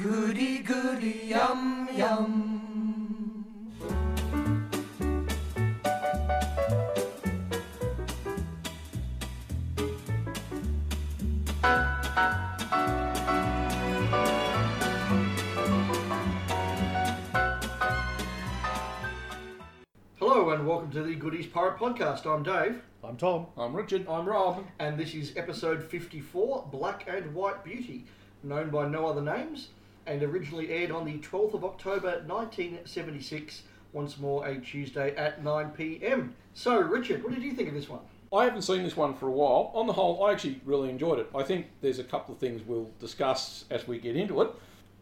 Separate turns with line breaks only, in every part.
goody goody yum yum.
Hello and welcome to the Goodies Pirate Podcast. I'm Dave,
I'm Tom. I'm Richard.
I'm Rob.
and this is episode 54 Black and White Beauty, known by no other names, and originally aired on the 12th of October 1976, once more a Tuesday at 9 pm. So, Richard, what did you think of this one?
I haven't seen this one for a while. On the whole, I actually really enjoyed it. I think there's a couple of things we'll discuss as we get into it.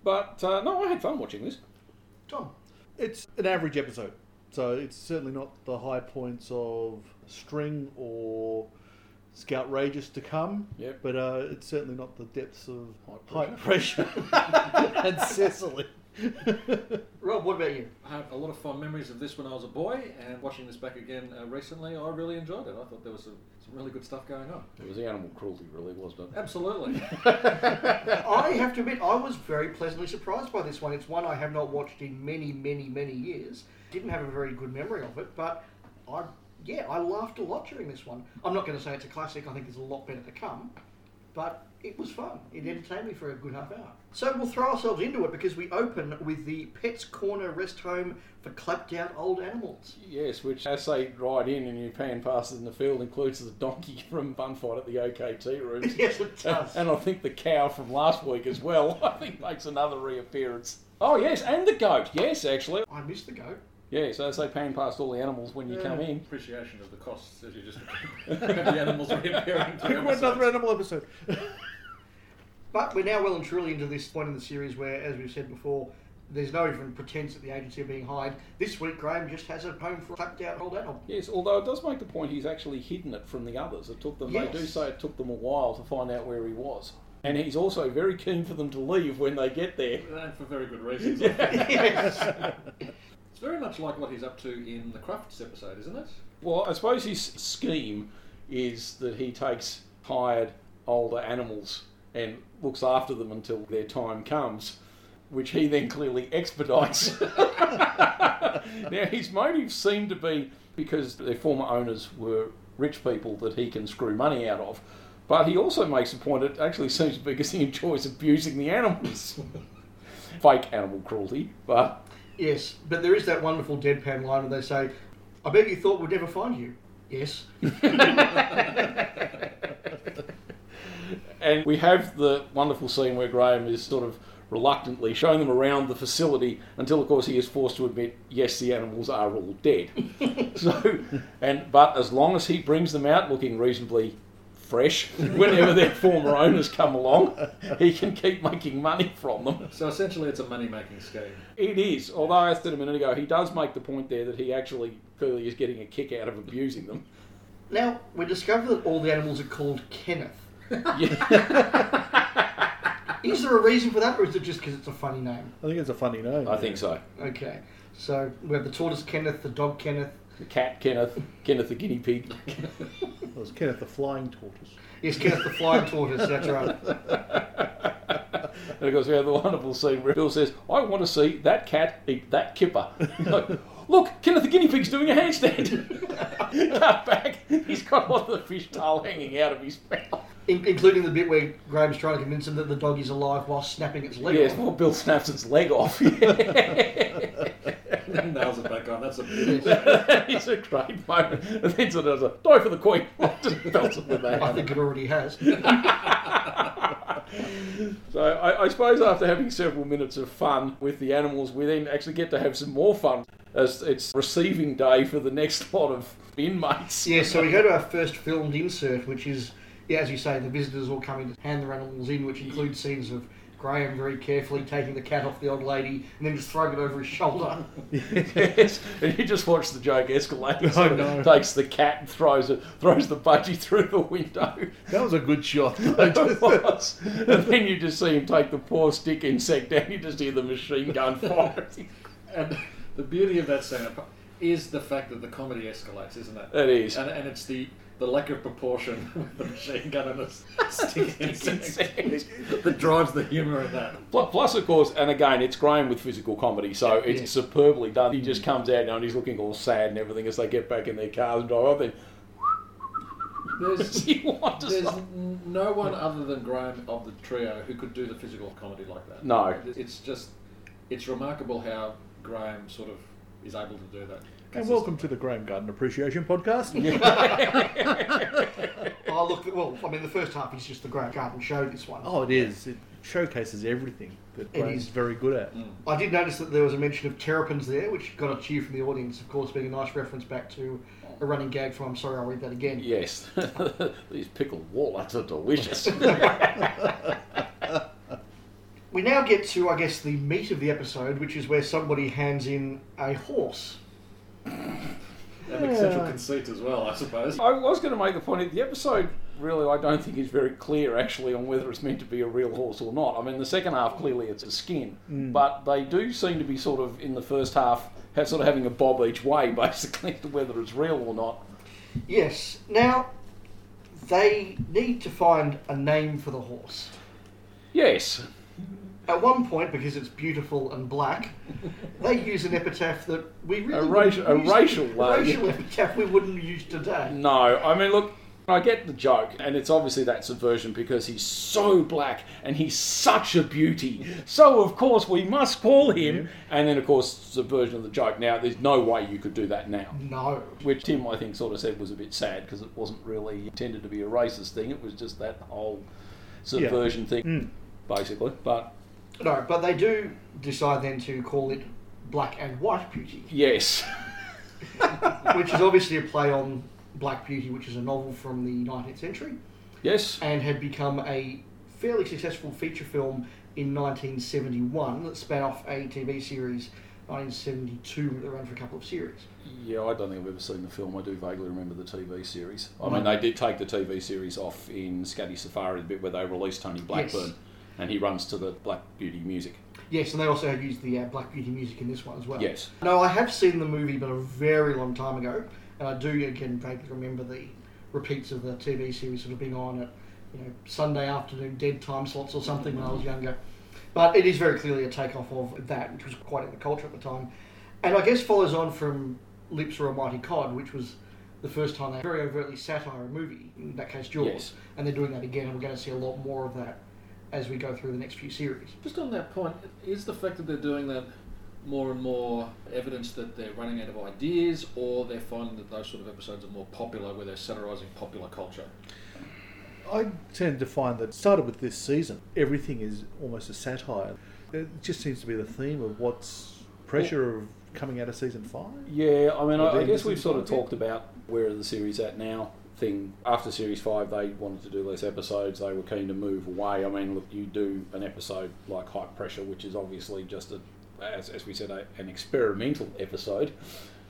But uh, no, I had fun watching this.
Tom?
It's an average episode, so it's certainly not the high points of String or Scoutrageous to come.
Yep.
But uh, it's certainly not the depths of high
High
pressure, and Cecily.
Rob, what about you?
I have a lot of fond memories of this when I was a boy, and watching this back again uh, recently, I really enjoyed it. I thought there was some, some really good stuff going on.
It was animal cruelty, really, wasn't it?
Absolutely.
I have to admit, I was very pleasantly surprised by this one. It's one I have not watched in many, many, many years. Didn't have a very good memory of it, but I, yeah, I laughed a lot during this one. I'm not going to say it's a classic. I think there's a lot better to come, but it was fun. It entertained me for a good half hour. So we'll throw ourselves into it because we open with the Pets Corner Rest Home for clapped out old animals.
Yes, which as they ride in and you pan past it in the field includes the donkey from Bunfight at the OKT rooms.
yes, it does.
And I think the cow from last week as well, I think makes another reappearance. Oh, yes, and the goat. Yes, actually.
I missed the goat.
Yeah, so as they pan past all the animals when you come in.
Appreciation of the costs as you just the animals reappearing.
I think we're another animal episode.
But we're now well and truly into this point in the series where, as we've said before, there's no even pretense that the agency are being hired. This week, Graham just has a home for a clapped out old animal.
Yes, although it does make the point he's actually hidden it from the others. It took them. They do
Yes.
say it took them a while to find out where he was, and he's also very keen for them to leave when they get there.
And for very good reasons.
yes.
It's very much like what he's up to in the Crufts episode, isn't it?
Well, I suppose his scheme is that he takes hired older animals and looks after them until their time comes, which he then clearly expedites. now, his motives seem to be because their former owners were rich people that he can screw money out of. But he also makes a point, it actually seems to be because he enjoys abusing the animals. Fake animal cruelty, but
Yes, but there is that wonderful deadpan line where they say, I bet you thought we'd never find you. Yes.
And we have the wonderful scene where Graham is sort of reluctantly showing them around the facility until, of course, he is forced to admit, yes, the animals are all dead. so, and but as long as he brings them out looking reasonably fresh, whenever their former owners come along, he can keep making money from them.
So essentially, it's a money-making scheme.
It is, although I said a minute ago, he does make the point there that he actually clearly is getting a kick out of abusing them.
Now, we discover that all the animals are called Kenneth. Is there a reason for that, or is it just because it's a funny name?
I think it's a funny name.
I think so.
Okay. So we have the tortoise Kenneth, the dog Kenneth.
The cat, Kenneth, Kenneth the guinea pig.
It was Kenneth the Flying Tortoise.
Yes, Kenneth the flying tortoise, that's right.
And of course, we have the wonderful scene where Bill says, I want to see that cat eat that kipper. Like, Look, Kenneth the guinea pig's doing a handstand. Cut back. He's got one of the fish tail hanging out of his mouth.
In- including the bit where Graham's trying to convince him that the dog is alive while snapping its leg
Yes,
off.
well, Bill snaps its leg off.
Then nails it back on. That's a
it's a great moment. And then sort of does a die for the queen. Just belts it with that.
I think it already has.
So I, I suppose after having several minutes of fun with the animals, we then actually get to have some more fun as it's receiving day for the next lot of inmates.
yeah, so we go to our first filmed insert, which is, yeah, as you say, the visitors all coming to hand their animals in, which includes scenes of Graham very carefully taking the cat off the old lady and then just throwing it over his shoulder.
Yes, and you just watch the joke escalate.
I know.
Takes the cat and throws it, throws the budgie through the window.
That was a good shot.
and then you just see him take the poor stick insect down. You just hear the machine gun fire.
And the beauty of that scene is the fact that the comedy escalates, isn't it?
It is.
And, and it's the, the lack of proportion with the machine gun and a s- stick insect
Insect.
that drives the humour in that.
Pl- Plus, of course, and again, it's Graham with physical comedy, so it's
Yeah.
superbly done. He
Mm.
just comes out now and he's looking all sad and everything as they get back in their cars and drive off. And
There's,
he wanders
there's
off.
n- no one other than Graham of the trio who could do the physical comedy like that.
No.
It's just, it's remarkable how Graham sort of is able to do that.
And welcome to the Graham Garden Appreciation Podcast.
Oh, look, well, I mean, the first half is just the Grant Garden Show, this one.
Oh, it is. It showcases everything that
It
Graham's
is.
very good at.
I did notice that there was a mention of terrapins there, which got a cheer from the audience, of course, being a nice reference back to a running gag from I'm Sorry I'll Read That Again.
Yes, these pickled walnuts are delicious.
We now get to, I guess, the meat of the episode, which is where somebody hands in a horse.
An eccentric conceit as well, I suppose.
I was going to make the point that the episode really, I don't think is very clear actually on whether it's meant to be a real horse or not. I mean, the second half clearly it's a skin, but they do seem to be sort of in the first half have sort of having a bob each way basically as to whether it's real or not.
Yes. Now, they need to find a name for the horse.
Yes,
At one point, because it's beautiful and black, they use an epitaph that we really
A racial-
wouldn't
a
use-
racial
a
one.
racial epitaph we wouldn't use today.
No, I mean, look, I get the joke, and it's obviously that subversion because he's so black and he's such a beauty. So, of course, we must call him. And then, of course, subversion of the joke. Now, there's no way you could do that now.
No.
Which Tim, I think, sort of said was a bit sad because it wasn't really intended to be a racist thing. It was just that whole subversion thing, basically. But
No, but they do decide then to call it Black and White Beauty,
yes,
which is obviously a play on Black Beauty, which is a novel from the 19th century
yes,
and had become a fairly successful feature film in 1971 that span off a TV series 1972 that ran for a couple of series.
yeah. I don't think I've ever seen the film. I do vaguely remember the TV series. I mean, they did take the TV series off in Scatty Safari, the bit where they released Tony Blackburn,
Yes.
and he runs to the Black Beauty music.
Yes, and they also had used the uh, Black Beauty music in this one as well.
Yes.
No, I have seen the movie, but a very long time ago, and I do again vaguely remember the repeats of the TV series sort of being on at you know Sunday afternoon dead time slots or something when I was younger. But it is very clearly a takeoff of that, which was quite in the culture at the time, and I guess follows on from Lips or Almighty Cod, which was the first time they very overtly satire a movie, in that case Jaws,
Yes.
and they're doing that again, and we're going to see a lot more of that as we go through the next few series.
Just on that point, is the fact that they're doing that more and more evidence that they're running out of ideas, or they're finding that those sort of episodes are more popular, where they're satirising popular culture?
I tend to find that started with this season, everything is almost a satire. It just seems to be the theme of what's pressure of coming out of season five.
Yeah, I mean,
Well,
I, I
then
guess
this
we've
is
sort of
what I did.
talked about where the series at now thing. After series five, they wanted to do less episodes. They were keen to move away. I mean, look, you do an episode like High Pressure, which is obviously just a, as, as we said, a, an experimental episode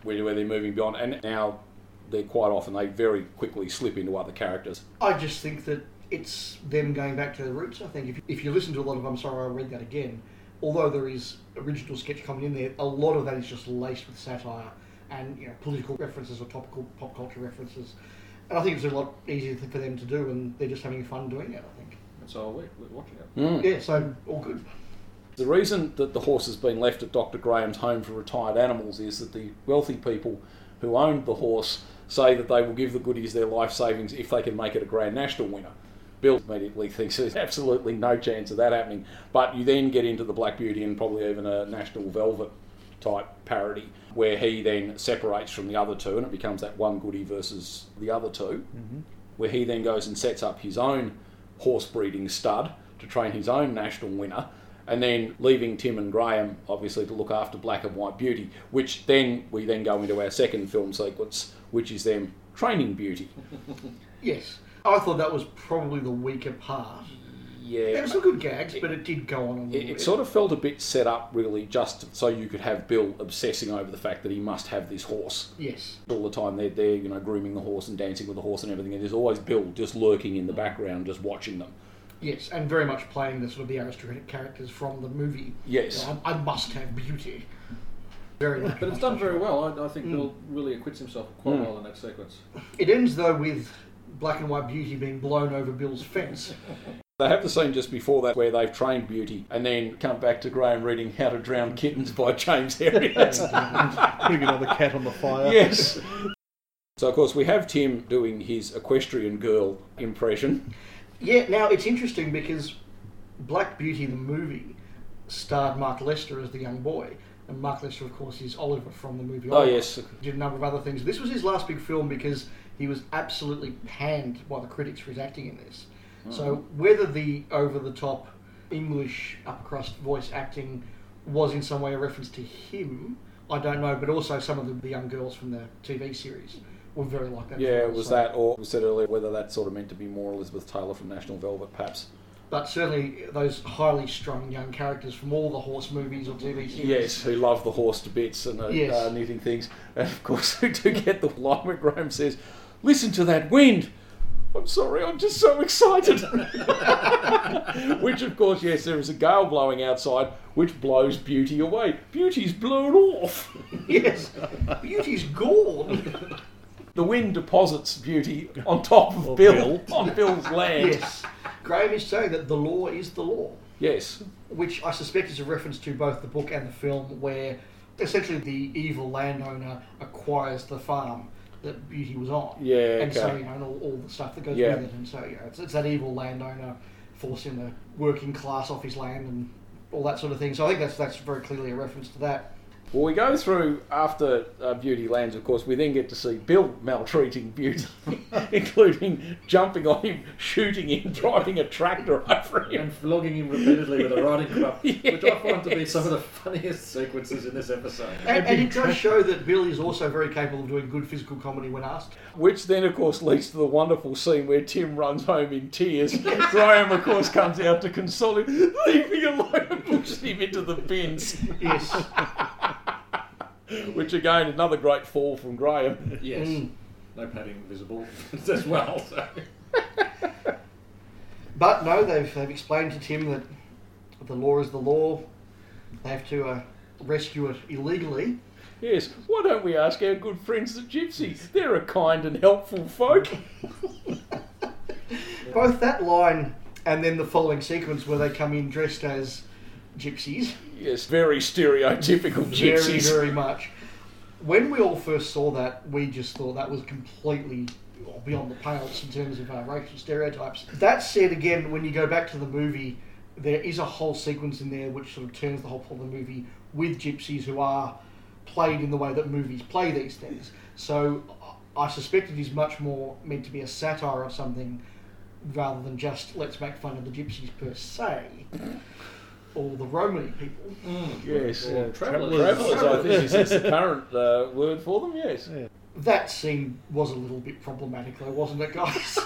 where, where they're moving beyond. And now they're quite often, they very quickly slip into other characters.
I just think that it's them going back to their roots. I think if, if you listen to a lot of I'm Sorry I Read That Again, although there is original sketch coming in there, a lot of that is just laced with satire and you know political references or topical pop culture references. And I think it's a lot easier th- for them to do, and they're just having fun doing it. I think.
And so are we. We're watching it.
Mm.
Yeah, so all good.
The reason that the horse has been left at Dr. Graham's home for retired animals is that the wealthy people who owned the horse say that they will give the goodies their life savings if they can make it a Grand National winner. Bill immediately thinks there's absolutely no chance of that happening. But you then get into the Black Beauty and probably even a National Velvet type parody where he then separates from the other two and it becomes that one goodie versus the other 2 where he then goes and sets up his own horse breeding stud to train his own national winner, and then leaving Tim and Graham obviously to look after Black and White Beauty, which then we then go into our second film sequence, which is them training Beauty.
Yes, I thought that was probably the weaker part. There
Yeah.
were some good gags, but it did go on a little
It,
bit.
it sort of felt a bit set up, really, just so you could have Bill obsessing over the fact that he must have this horse.
Yes.
all the time they're there, you know, grooming the horse and dancing with the horse and everything. And there's always Bill just lurking in the background, just watching them.
Yes, and very much playing the sort of the aristocratic characters from the movie.
Yes.
You know, I, I must have beauty. Very much.
But it's done very well. I, I think
Mm.
Bill really acquits himself quite
Mm.
well in that sequence.
It ends though with black and white beauty being blown over Bill's fence.
They have the scene just before that where they've trained Beauty and then come back to Graham reading How to Drown Kittens by James Herriot.
Putting another cat on the fire.
yes. So, of course, we have Tim doing his equestrian girl impression.
Yeah, now it's interesting because Black Beauty the movie starred Mark Lester as the young boy, and Mark Lester, of course, is Oliver from the movie.
Oh,
Oliver.
yes.
Did a number of other things. This was his last big film because he was absolutely panned by the critics for his acting in this. So
Mm-hmm.
whether the over-the-top English upper crust voice acting was in some way a reference to him, I don't know. But also some of the, the young girls from the TV series were very like that. as
Yeah,
well,
it was
so-
that, or we said earlier whether that's sort of meant to be more Elizabeth Taylor from National Velvet, perhaps.
But certainly those highly strung young characters from all the horse movies or TV series.
Yes, who love the horse to bits and uh,
Yes.
uh, knitting things. And of course, we do get the line where Graham says, Listen to that wind! I'm sorry, I'm just so excited. which, of course, yes, there is a gale blowing outside, which blows Beauty away. Beauty's blown off.
Yes. Beauty's gone.
The wind deposits Beauty on top of Bill, on Bill's land.
yes. Graham is saying that the law is the law.
Yes.
which I suspect is a reference to both the book and the film, where essentially the evil landowner acquires the farm that Beauty was on.
Yeah,
And so,
okay.
you know, and all, all the stuff that goes
Yeah.
with it. And so, you know, it's, it's that evil landowner forcing the working class off his land and all that sort of thing. So I think that's, that's very clearly a reference to that.
Well, we go through after uh, Beauty lands, of course, we then get to see Bill maltreating Beauty, including jumping on him, shooting him, driving a tractor over him.
And flogging him repeatedly with a riding crop, which I find to be some of the funniest sequences in this episode.
And, and it does show that Bill is also very capable of doing good physical comedy when asked.
Which then, of course, leads to the wonderful scene where Tim runs home in tears. Graham, of course, comes out to console him. Leave me alone and pushes him into the bins.
Yes.
Which, again, another great fall from Graham.
Yes. No padding visible as well. So.
But no, they've, they've explained to Tim that the law is the law. They have to uh, rescue it illegally.
Yes, why don't we ask our good friends the gypsies? They're a kind and helpful folk.
Both that line and then the following sequence where they come in dressed as gypsies,
Yes, very stereotypical
very,
gypsies.
very much. When we all first saw that, we just thought that was completely well, beyond the pales in terms of uh, racial stereotypes. That said, again, when you go back to the movie, there is a whole sequence in there which sort of turns the whole plot of the movie with gypsies who are played in the way that movies play these things. So I- I suspect it is much more meant to be a satire of something rather than just let's make fun of the gypsies per se or the Romany people.
Yes.
Or travellers.
Travellers, I think, is, is the current uh, word for them, yes.
That scene was a little bit problematic, though, wasn't it, guys?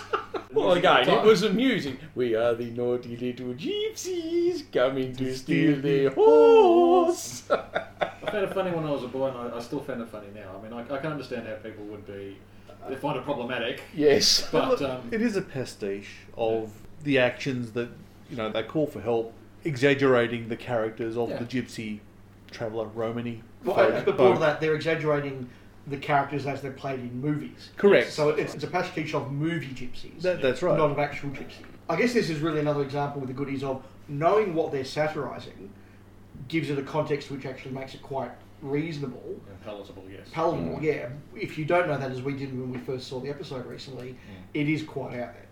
Well, again, it was amusing. We are the naughty little gypsies coming to steal their horse.
I found it funny when I was a boy, and I, I still found it funny now. I mean, I, I can understand how people would be, they find it problematic,
yes.
but
Look,
um,
it is a pastiche of the actions that you know they call for help, exaggerating the characters of
Yeah.
the gypsy traveller Romany.
well,
folk. Oh,
uh, but more of that, they're exaggerating the characters as they're played in movies.
Correct.
So it's, it's a pastiche of movie gypsies,
That- that's right.
not of actual gypsies. I guess this is really another example with the goodies of knowing what they're satirising gives it a context which actually makes it quite reasonable.
Yeah, palatable, yes.
Palatable, yeah. If you don't know that, as we did when we first saw the episode recently, it is quite out there.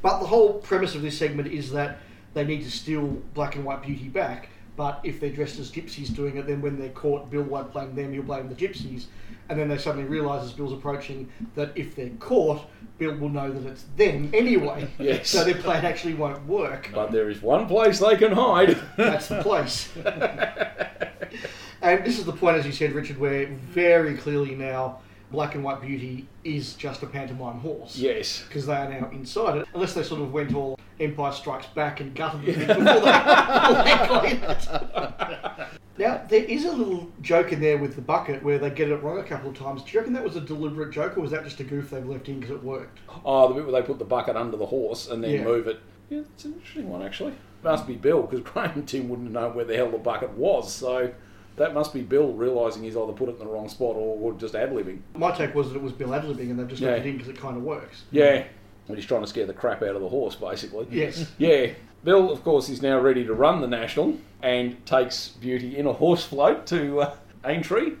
But the whole premise of this segment is that they need to steal Black and White Beauty back. But if they're dressed as gypsies doing it, then when they're caught, Bill won't blame them, he'll blame the gypsies. And then they suddenly realise as Bill's approaching that if they're caught, Bill will know that it's them anyway.
Yes.
So their plan actually won't work.
But there is one place they can hide.
That's the place. and this is the point, as you said, Richard, where very clearly now Black and White Beauty is just a pantomime horse
yes.
because they are now inside it. Unless they sort of went all Empire Strikes Back and gutted it before they, before they got in it. Now there is a little joke in there with the bucket where they get it wrong a couple of times. Do you reckon that was a deliberate joke, or was that just a goof they've left in because it worked?
Oh, the bit where they put the bucket under the horse and then
Yeah.
move it. Yeah, it's an interesting one, actually. Must be Bill, because Graham and Tim wouldn't know where the hell the bucket was, so That must be Bill realising he's either put it in the wrong spot or, or just ad libbing.
My take was that it was Bill Adlibbing and they just
Yeah.
left it in because it kind of works.
Yeah. But he's trying to scare the crap out of the horse, basically.
Yes.
Yeah. Bill, of course, is now ready to run the National and takes Beauty in a horse float to uh, Aintree,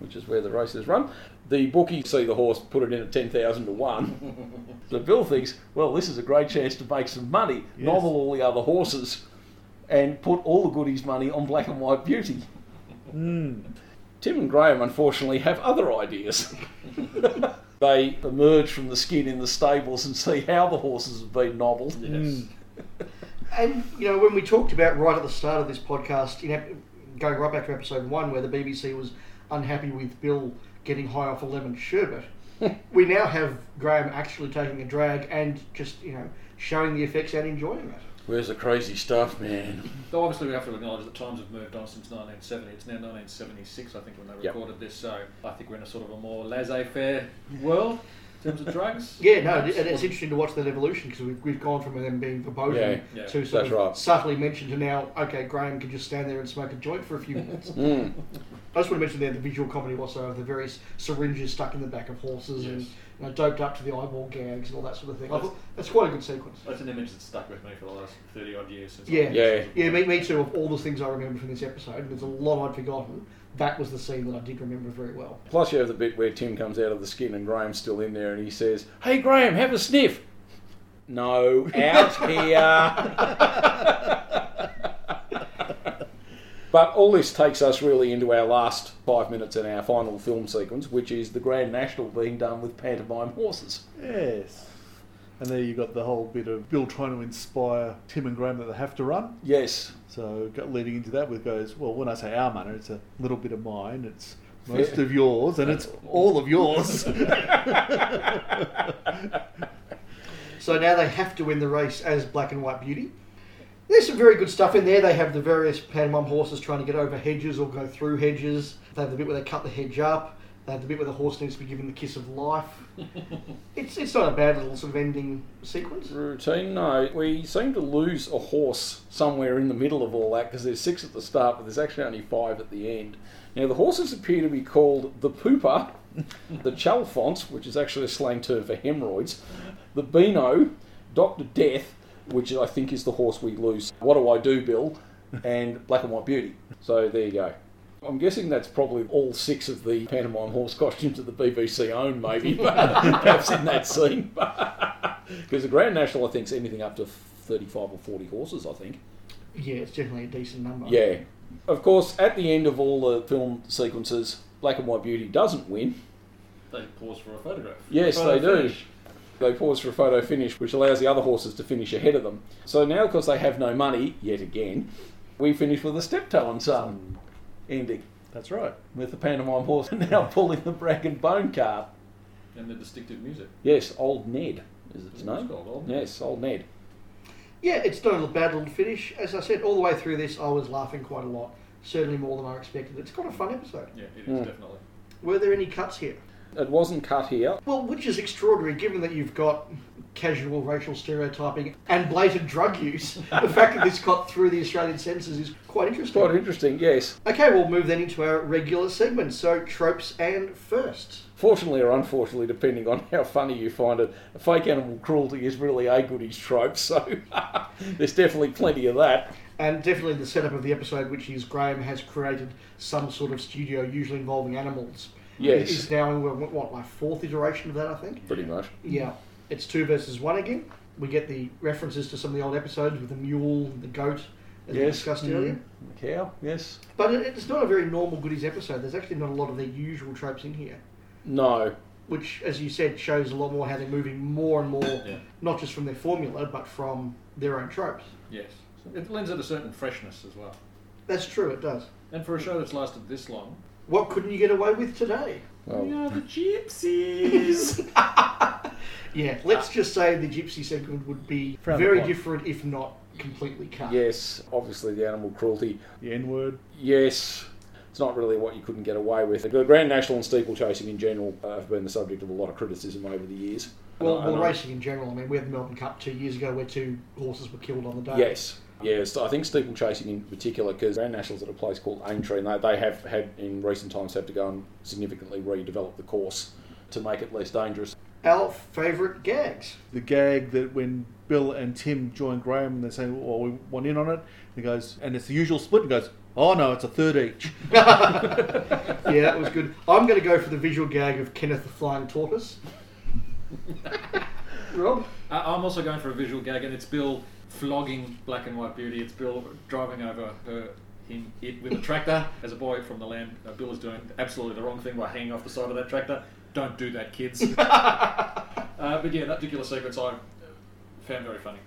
which is where the race is run. The bookies see the horse, put it in at 10,000 to 1. so Bill thinks, well, this is a great chance to make some money,
Yes.
novel all the other horses, and put all the goodies' money on black and white beauty.
Mm.
Tim and Graham, unfortunately, have other ideas. they emerge from the skin in the stables and see how the horses have been nobbled.
Mm.
And, you know, when we talked about right at the start of this podcast, in ep- going right back to episode one, where the BBC was unhappy with Bill getting high off a lemon sherbet, we now have Graham actually taking a drag and just, you know, showing the effects and enjoying it.
Where's the crazy stuff, man?
Though obviously we have to acknowledge that times have moved on since 1970. It's now 1976, I think, when they
Yep.
recorded this. So I think we're in a sort of a more laissez-faire world in terms of drugs.
Yeah, no, and it's interesting to watch that evolution because we've, we've gone from them being verboten
Yeah, yeah,
to sort
that's
of
right.
subtly mentioned to now, okay, Graham can just stand there and smoke a joint for a few minutes.
Mm.
I just want to mention there the visual comedy also of the various syringes stuck in the back of horses and
Yes.
you know, doped up to the eyeball gags and all that sort of thing.
That's-
that's quite a good sequence.
That's an image that's stuck with me for the last 30 odd years. Since I-
Yeah.
Yeah.
Yeah, me, me too. Of all the things I remember from this episode, and there's a lot I'd forgotten. That was the scene that I did remember very well.
Plus, you have the bit where Tim comes out of the skin and Graham's still in there and he says, Hey, Graham, have a sniff. No, out here. but all this takes us really into our last five minutes in our final film sequence, which is the Grand National being done with pantomime horses.
Yes. And there you got the whole bit of Bill trying to inspire Tim and Graham that they have to run.
Yes.
So got leading into that with goes, well, when I say our money, it's a little bit of mine, it's most of yours, and it's all of yours.
So now they have to win the race as Black and White Beauty. There's some very good stuff in there. They have the various pantomime horses trying to get over hedges or go through hedges. They have the bit where they cut the hedge up. They have the bit where the horse needs to be given the kiss of life. it's it's not a bad little sort of ending sequence.
Routine? No. We seem to lose a horse somewhere in the middle of all that because there's six at the start, but there's actually only five at the end. Now, the horses appear to be called the Pooper, the Chalfont, which is actually a slang term for hemorrhoids, the Beano, Dr. Death, which I think is the horse we lose. What do I do, Bill? And Black and White Beauty. So there you go. I'm guessing that's probably all six of the pantomime horse costumes that the BBC own, maybe, perhaps in that scene. Because the Grand National, I think, is anything up to 35 or 40 horses, I think.
Yeah, it's definitely a decent number.
Yeah. Of course, at the end of all the film sequences, Black and White Beauty doesn't win.
They pause for a photograph.
Yes,
Photo
they do.
finish.
They pause for a photo finish, which allows the other horses to finish ahead of them. So now, because they have no money, yet again, we finish with a steptoe and son ending,
That's right.
with the pantomime horse now pulling the brag and bone cart.
And the distinctive music.
Yes, Old Ned is its name.
called, old man.
Yes, Old Ned.
Yeah, it's not a bad little finish. As I said, all the way through this, I was laughing quite a lot. Certainly more than I expected. It's quite a fun episode.
Yeah, it is
Mm.
definitely.
Were there any cuts here?
It wasn't cut here.
Well, which is extraordinary given that you've got casual racial stereotyping and blatant drug use. the fact that this got through the Australian censors is quite interesting.
Quite interesting, yes.
okay, we'll move then into our regular segment. So, tropes and firsts.
Fortunately or unfortunately, depending on how funny you find it, fake animal cruelty is really a goodies trope, so there's definitely plenty of that.
And definitely the setup of the episode, which is Graham has created some sort of studio, usually involving animals.
Yes.
It's now in, what, what, my fourth iteration of that, I think?
Pretty much.
Yeah, it's two versus one again. We get the references to some of the old episodes with the mule, the goat, as we
Yes.
discussed
Mm.
earlier.
Cow, yes.
But it- it's not a very normal goodies episode. There's actually not a lot of their usual tropes in here,
No.
which, as you said, shows a lot more how they're moving more and more,
Yeah.
not just from their formula, but from their own tropes.
Yes. It lends it a certain freshness as well.
That's true, it does.
And for a show that's lasted this long,
What couldn't you get away with today?
Well,
are the gypsies.
Yeah, let's just say the gypsy segment would be
Frowned
very
upon.
different, if not completely cut.
yes, obviously the animal cruelty.
The N word.
Yes, it's not really what you couldn't get away with. The Grand National and steeplechasing in general uh, have been the subject of a lot of criticism over the years.
Well,
And I-
well
and I-
racing in general. I mean, we had the Melbourne Cup two years ago where two horses were killed on the day.
Yes, Yeah, so I think steeplechasing in particular, because Grand Nationals at a place called Aintree, and they, they have had in recent times have to go and significantly redevelop the course to make it less dangerous.
Our favourite gags.
The gag that when Bill and Tim join Graham and they say, "Well, we want in on it," and he goes, and it's the usual split, and goes, "Oh no, it's a third each."
Yeah, that was good. I'm going to go for the visual gag of Kenneth the Flying Tortoise. Rob?
I- I'm also going for a visual gag, and it's Bill flogging Black and White Beauty. It's Bill driving over her, him, it with a tractor. As a boy from the land, uh, Bill is doing absolutely the wrong thing by hanging off the side of that tractor. Don't do that, kids. uh, but yeah, that particular sequence I uh, found very funny.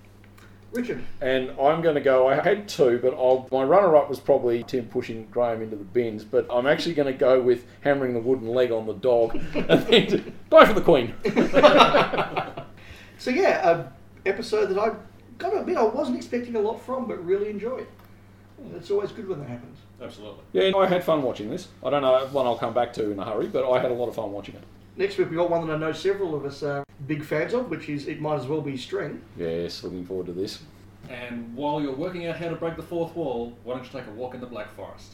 Richard?
And I'm going to go. I had two, but I'll, my runner-up was probably Tim pushing Graham into the bins. But I'm actually going to go with hammering the wooden leg on the dog, and then to- die for the Queen.
So, yeah, a episode that I've got to admit I wasn't expecting a lot from, but really enjoyed. Yeah, It's always good when that happens.
Absolutely.
Yeah, and I had fun watching this. I don't know if one I'll come back to in a hurry, but I had a lot of fun watching it.
Next week, we got one that I know several of us are big fans of, which is It Might As Well Be String.
Yes, looking forward to this.
And while you're working out how to break the fourth wall, why don't you take a walk in the Black Forest?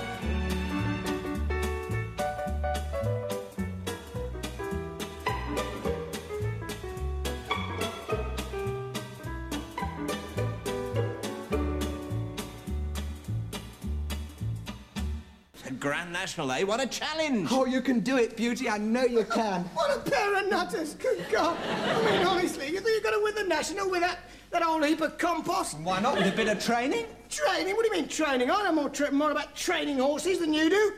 Grand National, eh? What a challenge!
Oh, you can do it, Beauty. I know you can. what a pair of nutters. Good God. I mean, honestly, you think you're going to win the National with that, that old heap of compost?
Why not with a bit of training?
Training? What do you mean training? I know more, tra- more about training horses than you do.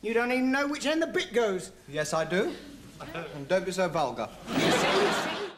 You don't even know which end the bit goes.
Yes, I do. And don't be so vulgar.
You see,